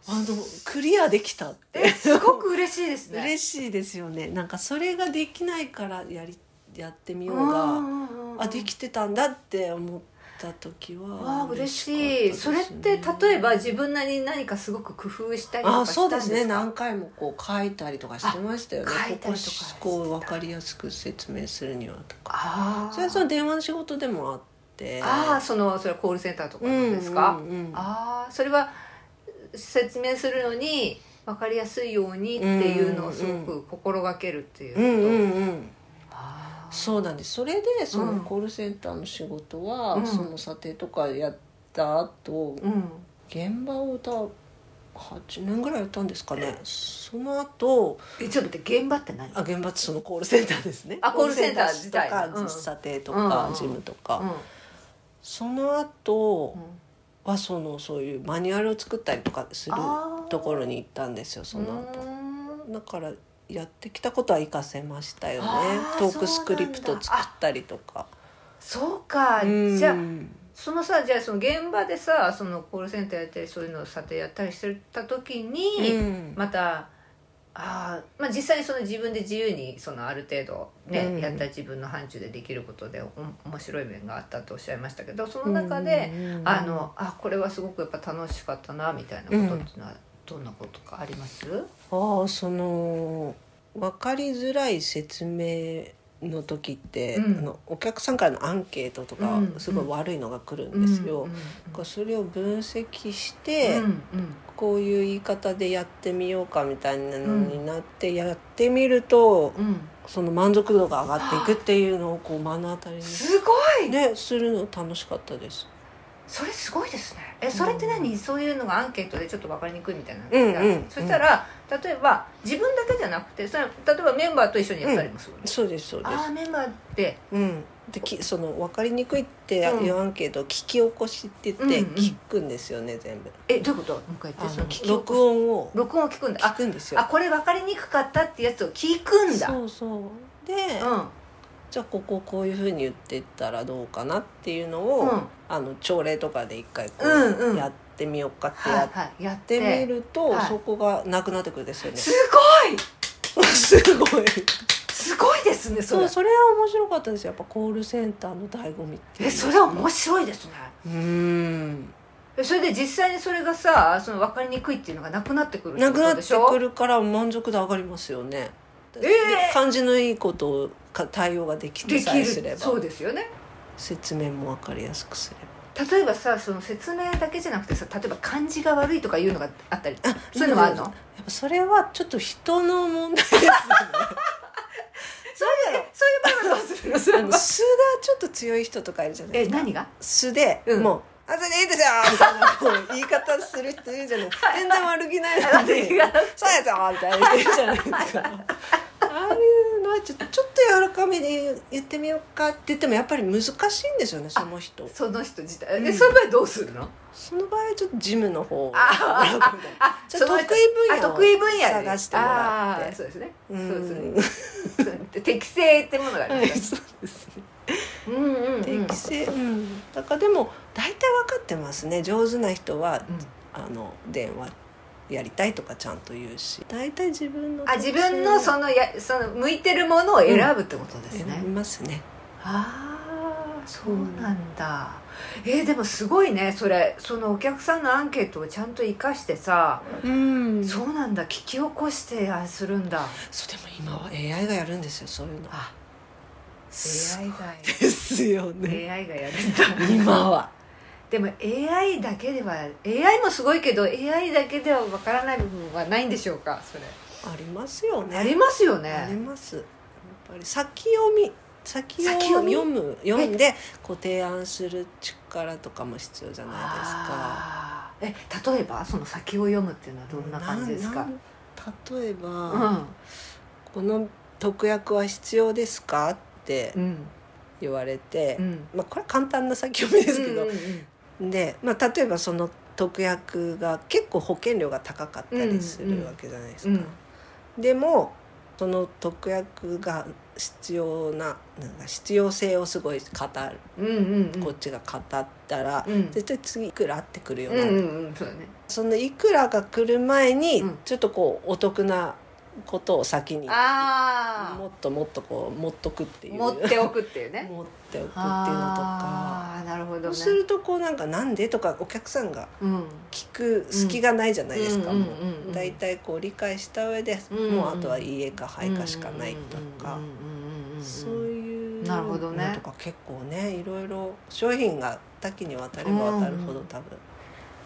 S2: あのクリアできたって
S1: えすごく嬉しいですねしい
S2: 嬉しいですよねなんかそれができないからやりやってみようが、
S1: が
S2: あできてたんだって思った時は
S1: わあ嬉しい、
S2: 嬉
S1: そ
S2: かった
S1: れ
S2: で
S1: っ
S2: すね
S1: て例えば自分なりに何かすごく工夫したりと
S2: あ
S1: か
S2: そ
S1: した
S2: う
S1: ん
S2: で
S1: です
S2: す
S1: か
S2: ね何回もこう書いたりとかしてましたよね
S1: あ書いたりとか
S2: こ
S1: してた
S2: ここう分かりやすく説明するにはとか
S1: ああ
S2: それはその電話の仕事でもあって
S1: ああそのそれはコールセンターとか
S2: う
S1: の
S2: ん
S1: ですか、
S2: うんうん
S1: ああそれは説明するのに分かりやすいようにっていうのをすごく心がけるっていう
S2: う
S1: こ
S2: ん
S1: と、
S2: うんうん
S1: あー
S2: そうなんですそれでそうの
S1: ん
S2: コールセンターの仕事は、
S1: うん
S2: その査定とかやった後
S1: うん
S2: 現場を歌う8年ぐらいやったんですかねその後
S1: えちょっと待って現場って何
S2: あ現場ってそのコールセンターですね
S1: あコールセンター自体
S2: コールセンターとか
S1: うん
S2: 実査定と
S1: う
S2: か
S1: ん
S2: ジムとか、
S1: うん
S2: その後
S1: うん
S2: はそのそういうマニュアルを作ったりとかする
S1: あー
S2: ところに行ったんですよその後
S1: うーん
S2: だからやってきたことは活かせましたよね
S1: あー
S2: トークスクリプ
S1: そう
S2: ト
S1: なんだ
S2: 作ったりとか
S1: そうか、
S2: うん
S1: じゃあそのさじゃあその現場でさそのコールセンターやったりそういうのを査定やったりしてた時に、
S2: うん
S1: またあー、まあ実際にその自分で自由にそのある程度ね、
S2: うん
S1: やった自分の範疇でできることでお面白い面があったとおっしゃいましたけどその中で、
S2: うん
S1: あのあこれはすごくやっぱ楽しかったなみたいなことっていうのは、どんなことかあります、
S2: ああその分かりづらい説明の時って、
S1: うん
S2: あのお客さんからのアンケートとか、
S1: うん
S2: すごい悪いのが来るんですよ。
S1: うんうん
S2: こうそれを分析して、
S1: うんうん
S2: こういう言い方でやってみようかみたいなのになって、やってみると
S1: うん
S2: その満足度が上がっていくっていうのをこう目の当たり
S1: すごい
S2: に、ね、するの楽しかったです。
S1: それすごいですねえそれって何、そういうのがアンケートでちょっと分かりにくいみたいなのが、
S2: うんうん
S1: そしたら例えば自分だけじゃなくてそれは例えばメンバーと一緒にやったりもする、ね
S2: そうですそうです
S1: ああメンバーって
S2: うん、できその分かりにくいって
S1: うん
S2: 言わんけど、聞き起こしって言って
S1: うんうん
S2: 聞くんですよね、全部
S1: えどういうこともう一回言ってその聞き
S2: 録音を
S1: 録音を聞くんだ
S2: 聞
S1: あ
S2: くんですよ
S1: あこれ分かりにくかったってやつを聞くんだ
S2: そうそうで、
S1: う
S2: じゃあこここういうふうに言ってったらどうかなっていうの
S1: ん
S2: を、
S1: うん
S2: あの朝礼とかで一回こ
S1: うんうん
S2: うやってみようかって
S1: は
S2: や
S1: い
S2: っ
S1: はいやって
S2: てみると、
S1: はい
S2: そこがなくなってくるんですよね
S1: すごい
S2: すごい
S1: すごいですねそ
S2: そ
S1: れ
S2: うそれは面白かったですよやっぱコールセンターの醍醐味っていう
S1: えそれは面白いですね
S2: うん
S1: えそれで実際にそれがさその分かりにくいっていうのがなくなってくるって
S2: な
S1: こ
S2: くな
S1: と
S2: って
S1: でしょ
S2: くるから満足度上がりますよね、
S1: ええ
S2: 感じのいいことをか対応ができて
S1: で
S2: さえ
S1: き
S2: すれ
S1: る
S2: ば
S1: そうですよね
S2: 説明も分かりやすくすれば
S1: 例えばさその説明だけじゃなくてさ例えば漢字が悪いとかいうのがあったりそういうのはあるの
S2: やっぱそれはちょっと人の問題ですよね
S1: そういうそういう場合はどうするのそれ
S2: あの
S1: は
S2: 素がちょっと強い人とかいるじゃない
S1: え何 が
S2: 素で、
S1: うん
S2: もう「あそれでいいですよ」みたいなこう言い方する人いるじゃない全然悪気ないのに
S1: 悪気がなく
S2: 「そうやぞ」みたいな言ってるじゃないですか。ああいうのはちょっとちょっと柔らかめで言ってみようかって言ってもやっぱり難しいんですよねその人
S1: その人自体え、
S2: うん
S1: そういう場合どうするの
S2: その場合はちょっとジムの方を
S1: あ
S2: 柔らかめで
S1: あ
S2: ちょっと
S1: その
S2: 得
S1: 人
S2: 意分
S1: あ
S2: 野を
S1: 得意分野で
S2: 探してもらって
S1: あーそうですね
S2: う
S1: そうんですね適性ってものがあり
S2: は
S1: ま
S2: い
S1: すね
S2: そうですね
S1: うんうんうん
S2: 適性うんだからでも大体分かってますね上手な人はあの電話やりたいとかちゃんと言うし大体自分の
S1: あ自分のそのやその向いてるものを選ぶってことですね、
S2: 選びますね
S1: ああそうなんだ、えーでもすごいねそれそのお客さんのアンケートをちゃんと生かしてさ、
S2: うんそ
S1: そううなんだ聞き起こしてあするんだ
S2: でも今は AI がやるんですよそういうの
S1: あ
S2: す
S1: AI
S2: ですよ ね
S1: が AI がやるんだ
S2: 今は
S1: でも AI だけでは AI もすごいけど AI だけではわからない部分はないんでしょうかそれ
S2: ありますよね
S1: ありますよ
S2: あり
S1: ね
S2: ますやっぱり先読み先を
S1: 先読み
S2: 読む読んでこう提案する力とかも必要じゃないですか。
S1: あーえ例えばその先を読むっていうのはどんな感じですか
S2: なん例えば、
S1: うん
S2: この特約は必要ですかって
S1: うん
S2: 言われて、
S1: うん
S2: まあ、これは簡単な先読みですけど、
S1: うんうんうん
S2: で、まあ、例えばその特約が結構保険料が高かったりするわけじゃないですか。
S1: うん
S2: でもその特約が必要ななんか必要性をすごい語る、
S1: うんうんうん
S2: こっちが語ったら、
S1: うん
S2: 絶対次いくらってくるよ
S1: う
S2: な、
S1: んうんうんそうだね
S2: そのいくらが来る前に、
S1: うん
S2: ちょっとこうお得なことを先に
S1: あ
S2: もっともっとこう持っとくって
S1: あ
S2: いう
S1: 持っておくっていうね
S2: 持っておくっていうのとか
S1: ああなるほど
S2: そう
S1: ね
S2: するとこうなんか「なんで?」とかお客さんが
S1: うん
S2: 聞く隙がないじゃないですか、
S1: うん
S2: もう
S1: うんうんうん
S2: 大体こう理解した上で、
S1: うん
S2: もうあとは「いいえ」か「はい」かしかないとか、
S1: うんうんうんうんうんうん
S2: そういう
S1: なるほどね
S2: のとか結構ねいろいろ商品が多岐にわたればわたるほど多分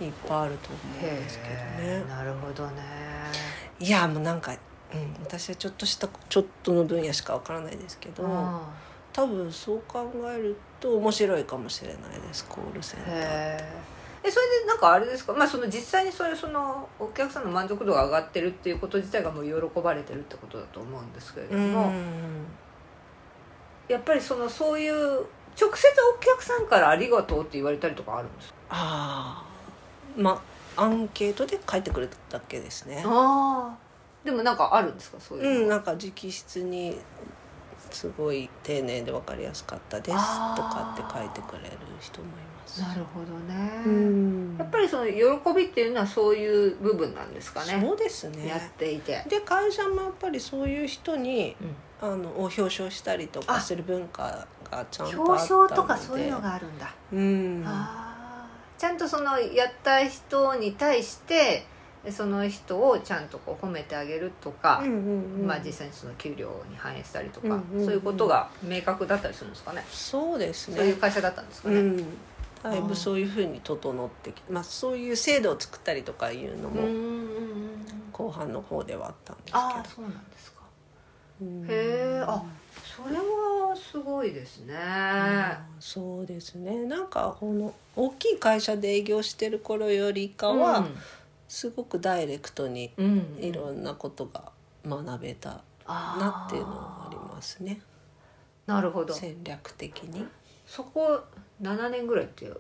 S2: いっぱいあると思うん
S1: へ
S2: ですけど
S1: え
S2: ね。
S1: なるほどね
S2: いやもうなんか、うん、私はちょっとしたちょっとの分野しかわからないですけど。
S1: あ
S2: 多分そう考えると面白いかもしれないですコールセン
S1: ー
S2: ター。
S1: へええそれでなんかあれですかまあその実際にそれそのお客さんの満足度が上がってるっていうこと自体がもう喜ばれてるってことだと思うんですけれども、やっぱりそのそういう直接お客さんから「ありがとう」って言われたりとかあるんですか
S2: ああまあアンケートで書いてくれただけですね。
S1: ああでもなんかあるんですかそう
S2: う
S1: いうんの
S2: な
S1: は、
S2: んか直筆にすごい丁寧で分かりやすかったですと
S1: あー
S2: かって書いてくれる人もいます。
S1: なるほどね、
S2: うん
S1: やっぱりその喜びっていうのはそういう部分なんですかね
S2: そうです
S1: や
S2: ね
S1: っ。ていて、
S2: で会社もやっぱりそういう人に
S1: うん
S2: あのを表彰したりとかする文化がちゃんとあったので
S1: 表彰とかそういうのがあるんだ、
S2: うん
S1: あーちゃんとそのやった人に対してその人をちゃんとこう褒めてあげるとか、
S2: うんうんうん
S1: まあ、実際にその給料に反映したりとか、
S2: うんうんうん
S1: そういうことが明確だったりするんですかね
S2: そうですね
S1: そういう会社だったんですか
S2: う
S1: ね、
S2: ん、だいぶそういうふうに整ってきまあ、そういう制度を作ったりとかいうの
S1: うんうん
S2: も
S1: うんうん
S2: 後半の方ではあったんですけど
S1: ああそうなんですか、
S2: うん
S1: へえあそれはすごいですね、
S2: うんそうですねなんかこの大きい会社で営業してる頃よりかは、すごくダイレクトに
S1: うん、うん
S2: いろんなことが学べたな
S1: あ
S2: っていうのはありますね
S1: ーなるほど
S2: 戦略的に
S1: そこ7年ぐらいって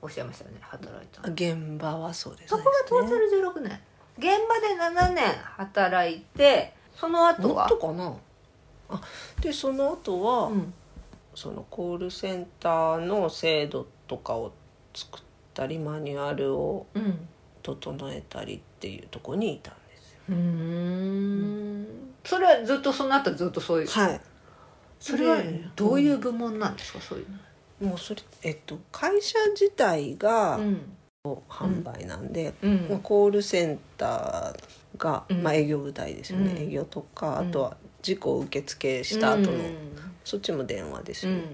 S1: おっしゃいましたよね働いたの
S2: 現場はそうです
S1: そこがトータル16年現場で7年働いてその後
S2: も
S1: は
S2: っとかなあでその後は、
S1: うん
S2: そのコールセンターの制度とかを作ったりマニュアルを
S1: うん
S2: 整えたりっていうところにいたんですよ。
S1: うーんそれはずっとその後ずっとそういう
S2: はい。
S1: それは
S2: で
S1: どういう部門なんですかそういうの
S2: もうそれえっと会社自体が
S1: うん
S2: 販売なんで、
S1: う
S2: まあ
S1: ん
S2: コールセンターが、
S1: うん
S2: まあ営業部隊ですよね。
S1: うん
S2: 営業とか
S1: う
S2: あ
S1: ん
S2: とは事故を受付した後の、
S1: うん
S2: そっちも電話です
S1: う
S2: よね。
S1: ん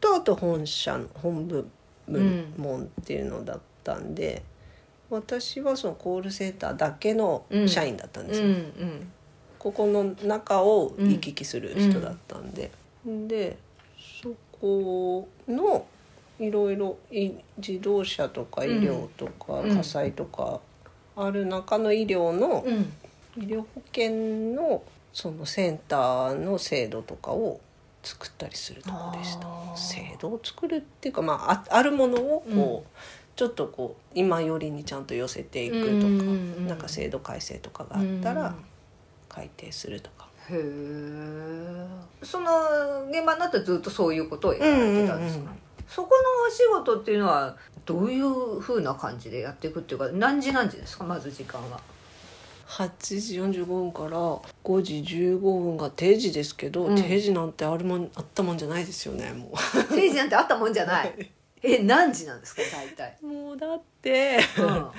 S2: とあと本社の本部
S1: うん
S2: 門っていうのだったんで、私はそのコールセンターだけの
S1: うん
S2: 社員だったんで
S1: う
S2: すよ、
S1: ん
S2: ここの中を行き来する人だったんで、でそこのいろいろい自動車とか医療とか
S1: うん
S2: 火災とかある中の医療の
S1: う、ん
S2: 医療保険のそのセンターの制度とかを作ったりするとこでした
S1: あー
S2: 制度を作るっていうか、まあ、ああるものをこう、
S1: うん
S2: ちょっとこう今よりにちゃんと寄せていくとか、
S1: うんうんうん
S2: なんか制度改正とかがあった
S1: う
S2: ら
S1: ん
S2: 改定するとか、
S1: へえその現場になってずっとそういうことをやられてたんですか、
S2: うんうんうん
S1: そこのお仕事っていうのはどういうふうな感じでやっていくっていうか何時何時ですかまず時間は
S2: 8時45分から5時15分が定時ですけど、
S1: うん
S2: 定時なんてあるもんあったもんじゃないですよねも
S1: 定時なんてあったもんじゃないえ何時なんですか大体、
S2: う。 もうだって
S1: うん、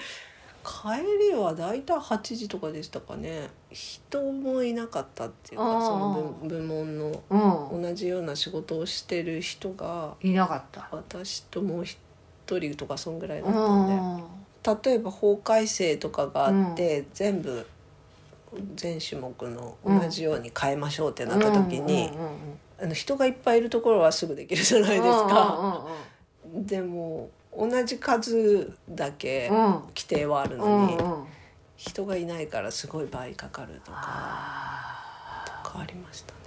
S2: 帰りは大体8時とかでしたかね人もいなかったっていうか
S1: あー
S2: その部部門の
S1: うん、
S2: 同じような仕事をしてる人が
S1: いなかった
S2: 私ともう一人とかそんぐらいだ
S1: う
S2: ったんで
S1: ん
S2: 例えば法改正とかがあって、全部全種目の同じように変えましょうってなった時に、
S1: うんうんうん
S2: あの人がいっぱいいるところはすぐできるじゃないですか。
S1: う
S2: でも同じ数だけ
S1: んうんうん
S2: 規定はある
S1: うん
S2: のに。
S1: うんうん
S2: 人がいないからすごい倍かかるとか
S1: あー
S2: 変わりましたね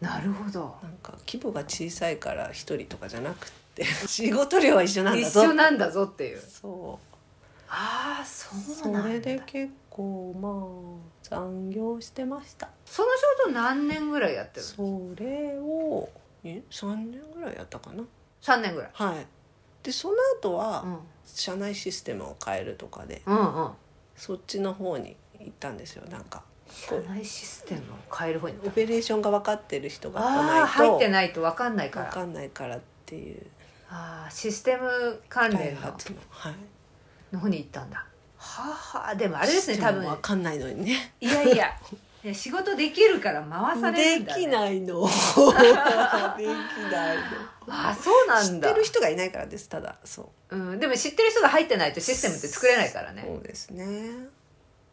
S1: なるほど
S2: なんか規模が小さいから一人とかじゃなくって 仕事量は一緒なんだ
S1: 一
S2: ぞ
S1: 緒なんだぞっていう
S2: そう
S1: ああそう
S2: そ
S1: なんだ
S2: れで結構まあ残業してました
S1: その仕事何年ぐらいやってるの
S2: それをえ3年ぐらいやったかな
S1: 3年ぐらい、
S2: はいでその後は、
S1: うん、
S2: 社内システムを変えるとかで
S1: うんうん
S2: そっちの方に行ったんですよなんか
S1: 社内システムを変える方に
S2: オペレーションが分かってる人が来
S1: ああー
S2: ない
S1: 入
S2: と
S1: ってないと分かんないか
S2: 分からんないからっていう
S1: あーシステム関
S2: 開
S1: 連
S2: 発のはい
S1: のの方に行ったんだはあはあでもあれですね多分
S2: 分かんないのにね
S1: いやいやいや仕事できるから回されるん
S2: で
S1: だ、ね、
S2: きない のできない
S1: あそうな
S2: の知
S1: ん
S2: っ
S1: だ
S2: てる人がいないからですただそう
S1: うん、でも知ってる人が入ってないとシステムって作れないからね
S2: そうですね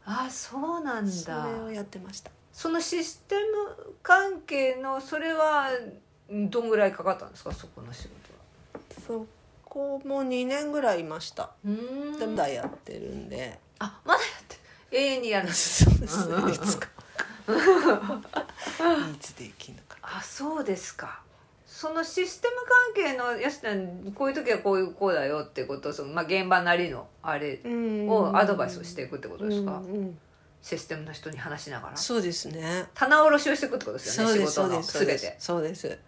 S1: あそうなんだ
S2: それをやってました
S1: そのシステム関係のそれはんどんぐらいかかったんですかそこの仕事は
S2: そこも2年ぐらいいました
S1: うー
S2: で
S1: ん
S2: まだやってるんで
S1: あまだやって永遠にやる
S2: そうですね
S1: うんうんうん
S2: いつかいつできるのか
S1: あそうですかそのシステム関係のやつってこういう時はこういうこうだよってことその、まあ、現場なりのあれをアドバイスをしていくってことですか、
S2: うんうん
S1: システムの人に話しながら
S2: そうですね
S1: 棚卸しをしていくってことですよ
S2: そう
S1: ね
S2: です
S1: 仕
S2: そ
S1: 事
S2: うで
S1: の
S2: すそう
S1: 全
S2: です
S1: て
S2: そうです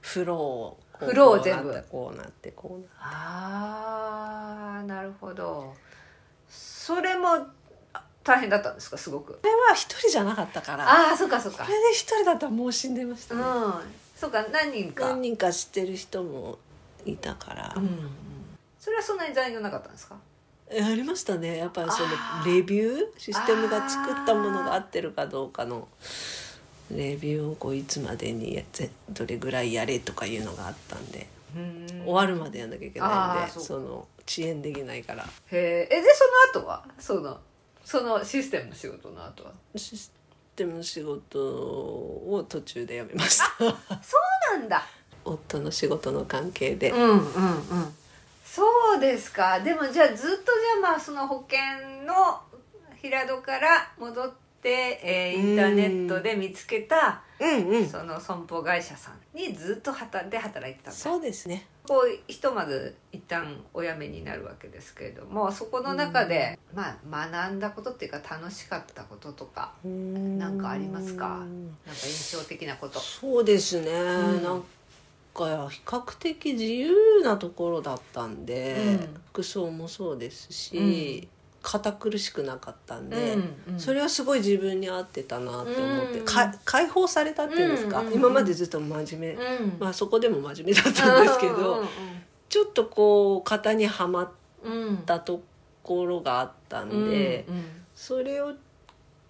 S2: フローをこう
S1: フローを全部
S2: こうなってこうなってこうなって
S1: ああなるほどそれもあ大変だったんですかすごく
S2: これは一人じゃなかったから
S1: ああそっかそっ
S2: こ
S1: か
S2: れで一人だったらもう死んでました
S1: う
S2: ね
S1: んそっか何人か
S2: 何人か知ってる人もいたから
S1: うんうんそれはそんなに残業なかったんですか
S2: えありましたねやっぱりその
S1: あー
S2: レビューシステムが作ったものが合ってるかどうかのレビューをこういつまでにやぜどれぐらいやれとかいうのがあったんで、終わるまでやんなきゃいけないん
S1: あ
S2: で
S1: ーそ
S2: そうの遅延できないから
S1: へーえでその後はそのそのシステムの仕事の後は
S2: システムの仕事を途中で辞めました
S1: そうなんだ
S2: 夫の仕事の関係で、
S1: うんうんうんそうですかでもじゃあずっとじゃあまあその保険の平戸から戻って、えーインターネットで見つけた
S2: うんうん
S1: その損保会社さんにずっと働で働いてたんだ
S2: そうですね
S1: こうひとまず一旦お辞めになるわけですけれどもそこの中で、まあ学んだことっていうか楽しかったこととかなんかありますかなんか印象的なこと。
S2: そうですね、
S1: うん
S2: なんか比較的自由なところだったんで、
S1: うん
S2: 服装もそうです
S1: うん
S2: し、堅苦しくなかったんで、
S1: うんうん
S2: それはすごい自分に合ってたなって思って、
S1: うん
S2: か解放されたっていうんですか、
S1: うん
S2: 今までずっと真面目、
S1: うん
S2: まあそこでも真面目だったんですけど、ちょっとこう型にはまっ
S1: うんうんうんうん
S2: たところがあったんで、
S1: うん
S2: それを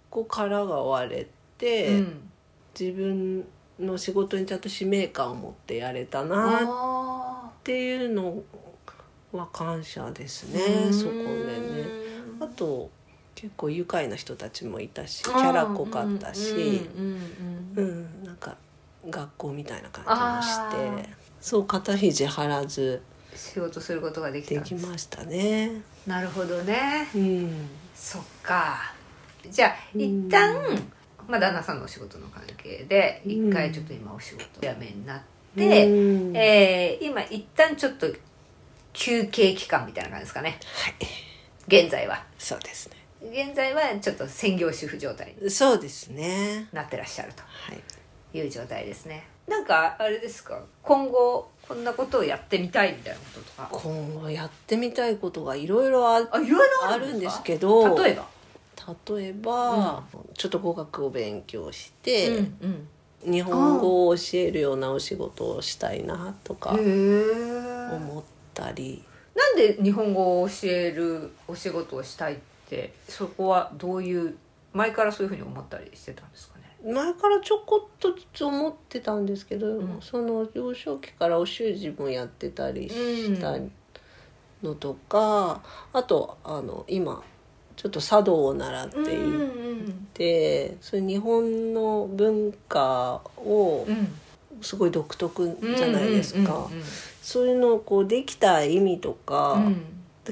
S2: こう殻が割れて。
S1: うんうん
S2: 自分の仕事にちゃんと使命感を持ってやれたなっ
S1: あ
S2: ていうのは感謝です
S1: ー
S2: ね
S1: うーん
S2: そこでねあと結構愉快な人たちもいたしキャラ濃かったし
S1: うんうん
S2: う、
S1: うんうんん
S2: なんか学校みたいな感じもしてそう肩肘張らず
S1: 仕事することができ
S2: で
S1: たん
S2: き
S1: です
S2: ましたね
S1: なるほどね
S2: うん
S1: そっかじゃあ
S2: うん
S1: 一旦、まあ、旦那さんのお仕事の関係で
S2: うん
S1: 一回ちょっと今お仕事辞めになって、
S2: うんはい
S1: えー今一旦ちょっと休憩期間みたいな感じですかね現在は
S2: そうですね
S1: 現在はちょっと専業主婦状態に
S2: そうですね
S1: なってらっしゃると
S2: はい
S1: いう状態ですねなんかあれですか今後こんなことをやってみたいみたいなこととか
S2: 今後やってみたいことがいろいろあ
S1: あいろいろ
S2: あ
S1: あ
S2: る
S1: る
S2: ん
S1: ん
S2: で
S1: ですす
S2: け
S1: か
S2: ど
S1: 例えば
S2: 例えば、ちょっと語学を勉強して、
S1: うん
S2: 日本語を教えるようなお仕事をしたいなとか
S1: うんへえ
S2: 思ったり、
S1: なんで日本語を教えるお仕事をしたいってそこはどういう前からそういうふうに思ったりしてたんですかね
S2: 前からちょこっとずつ思ってたんですけど、
S1: ん
S2: その幼少期からお習字もやってたりしたのとか、あとあの今ちょっと茶道を習っていて、
S1: うん
S2: そういう日本の文化を
S1: うん
S2: すごい独特
S1: うん
S2: じゃないですか。
S1: うんうんうん
S2: そういうのをこうできた意味とか、
S1: うん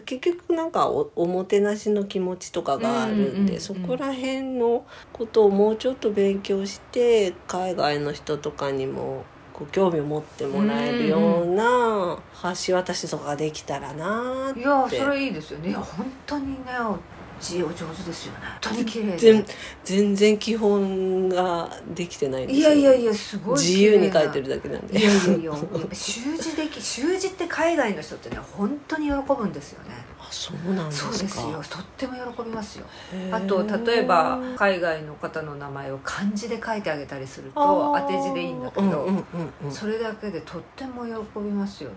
S2: 結局なんかおおもてなしの気持ちとかがあるんで、
S1: うんうんうんうん
S2: そこら辺のことをもうちょっと勉強して海外の人とかにもこう興味を持ってもらえるような橋渡しとかができたらなーって
S1: いやそれいいですよねいや本当にねお字お上手ですよね本当に綺麗
S2: 全
S1: で
S2: 全然基本ができてないんです
S1: いやいやいやすごい
S2: 自由に書いて
S1: る
S2: るだけなんで
S1: いやいやいややっぱ習字でき習字って海外の人ってね本当に喜ぶんですよね
S2: あそうなんです
S1: そ
S2: か
S1: うですよとっても喜びますよ
S2: へー
S1: あと例えば海外の方の名前を漢字で書いてあげたりすると
S2: あー
S1: 当て字でいいんだけ
S2: うん
S1: ど、
S2: うんうんうん
S1: それだけでとっても喜びますよね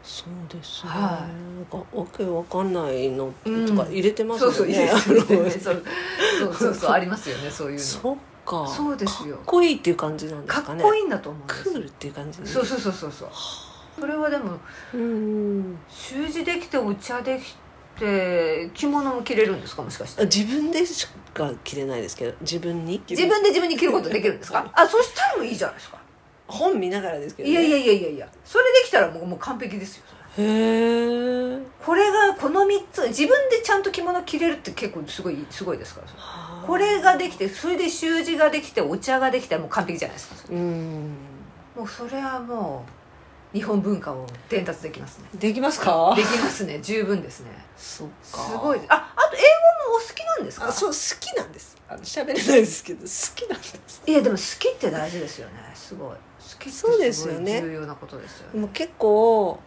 S2: そうですね、
S1: は
S2: がわけわかんないの
S1: うん
S2: とか入れてます
S1: そう
S2: よ
S1: そういい
S2: ね、
S1: ですよ
S2: あの
S1: ね そうそうそうそうありますよねそういうの
S2: そっか
S1: そうですよ
S2: かっこいいっていう感じなんです
S1: か
S2: か
S1: っ
S2: ね
S1: こいいんだと思うんです
S2: クールっていう感じ
S1: そうそうそうそうそうそれはでも
S2: うん
S1: 習字できてお茶できて着物も着れるんですかもしかして
S2: 自分でしか着れないですけど自分に
S1: 自分で自分に着ることできるんですかあそしたらもういいじゃないですか
S2: 本見ながらですけど、
S1: い
S2: ね、
S1: やいやいやいやいやそれできたらもうもう完璧ですよ
S2: へえ
S1: これがこの3つ自分でちゃんと着物着れるって結構すごいすごいですからそれこれができてそれで習字ができてお茶ができたらもう完璧じゃないですか
S2: うん
S1: もうそれはもう日本文化を伝達できますね
S2: できますか
S1: できますね十分ですね
S2: そっか
S1: すごいですああと英語もお好きなんですか
S2: あそう好きなんですあの喋れないですけど好きなんです
S1: いやでも好きって大事ですよねすごい好きってすご
S2: そう
S1: い
S2: ですよね
S1: 重要なことですよね
S2: もう結構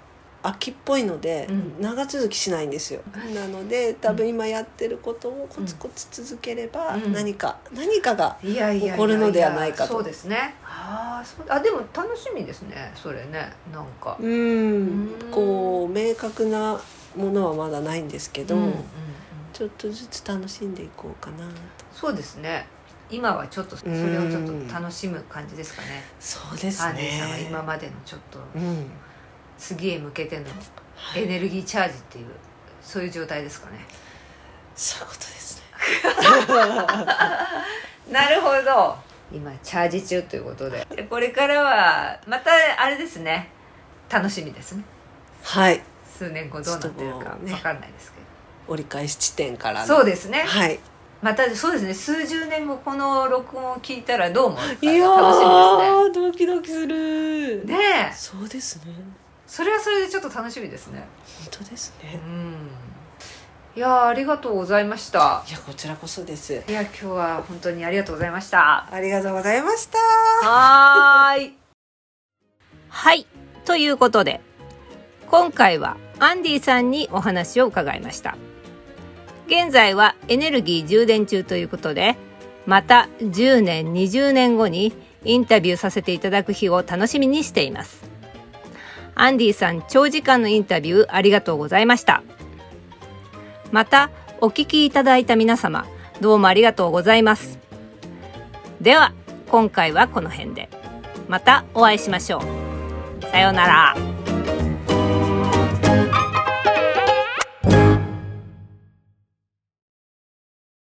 S2: 秋っぽいので、
S1: うん
S2: 長続きしないんですよなので多分今やってることをコツコツ続ければ、
S1: うん
S2: 何か何かが
S1: いやいやいや
S2: 起こるのではないかと
S1: そうですねあーそうあでも楽しみですねそれねなんか
S2: うん
S1: うん
S2: こう明確なものはまだないんですけど、
S1: うんうんうん
S2: ちょっとずつ楽しんでいこうかなと
S1: そうですね今はちょっとそれをちょっと楽しむ感じですかね
S2: そうです
S1: アンディ
S2: ね
S1: さんが今までのちょっと
S2: うん
S1: 次へ向けてのエネルギーチャージっていうそういう状態ですかね
S2: そういうことですね
S1: なるほど今チャージ中ということででこれからはまたあれですね楽しみですね
S2: はい
S1: 数年後どうなってるか
S2: ちょっと
S1: わ
S2: もうね
S1: かんないですけど、
S2: 折り返し地点からの
S1: そうですね
S2: はい
S1: またそうですね数十年後この録音を聞いたらどう思うか楽し
S2: い
S1: みで
S2: や
S1: す
S2: ードキドキする
S1: ねねえ
S2: そうですね
S1: それはそれでちょっと楽しみですね
S2: 本当です
S1: う
S2: ね
S1: んいやーありがとうございました
S2: いやこちらこそです
S1: いや今日は本当にありがとうございました
S2: ありがとうございました
S1: はーい
S3: はい。ということで、今回はアンディさんにお話を伺いました。現在はエネルギー充電中ということで、また10年、20年後にインタビューさせていただく日を楽しみにしています。アンディさん、長時間のインタビューありがとうございました。また、お聞きいただいた皆様、どうもありがとうございます。では、今回はこの辺で。またお会いしましょう。さようなら。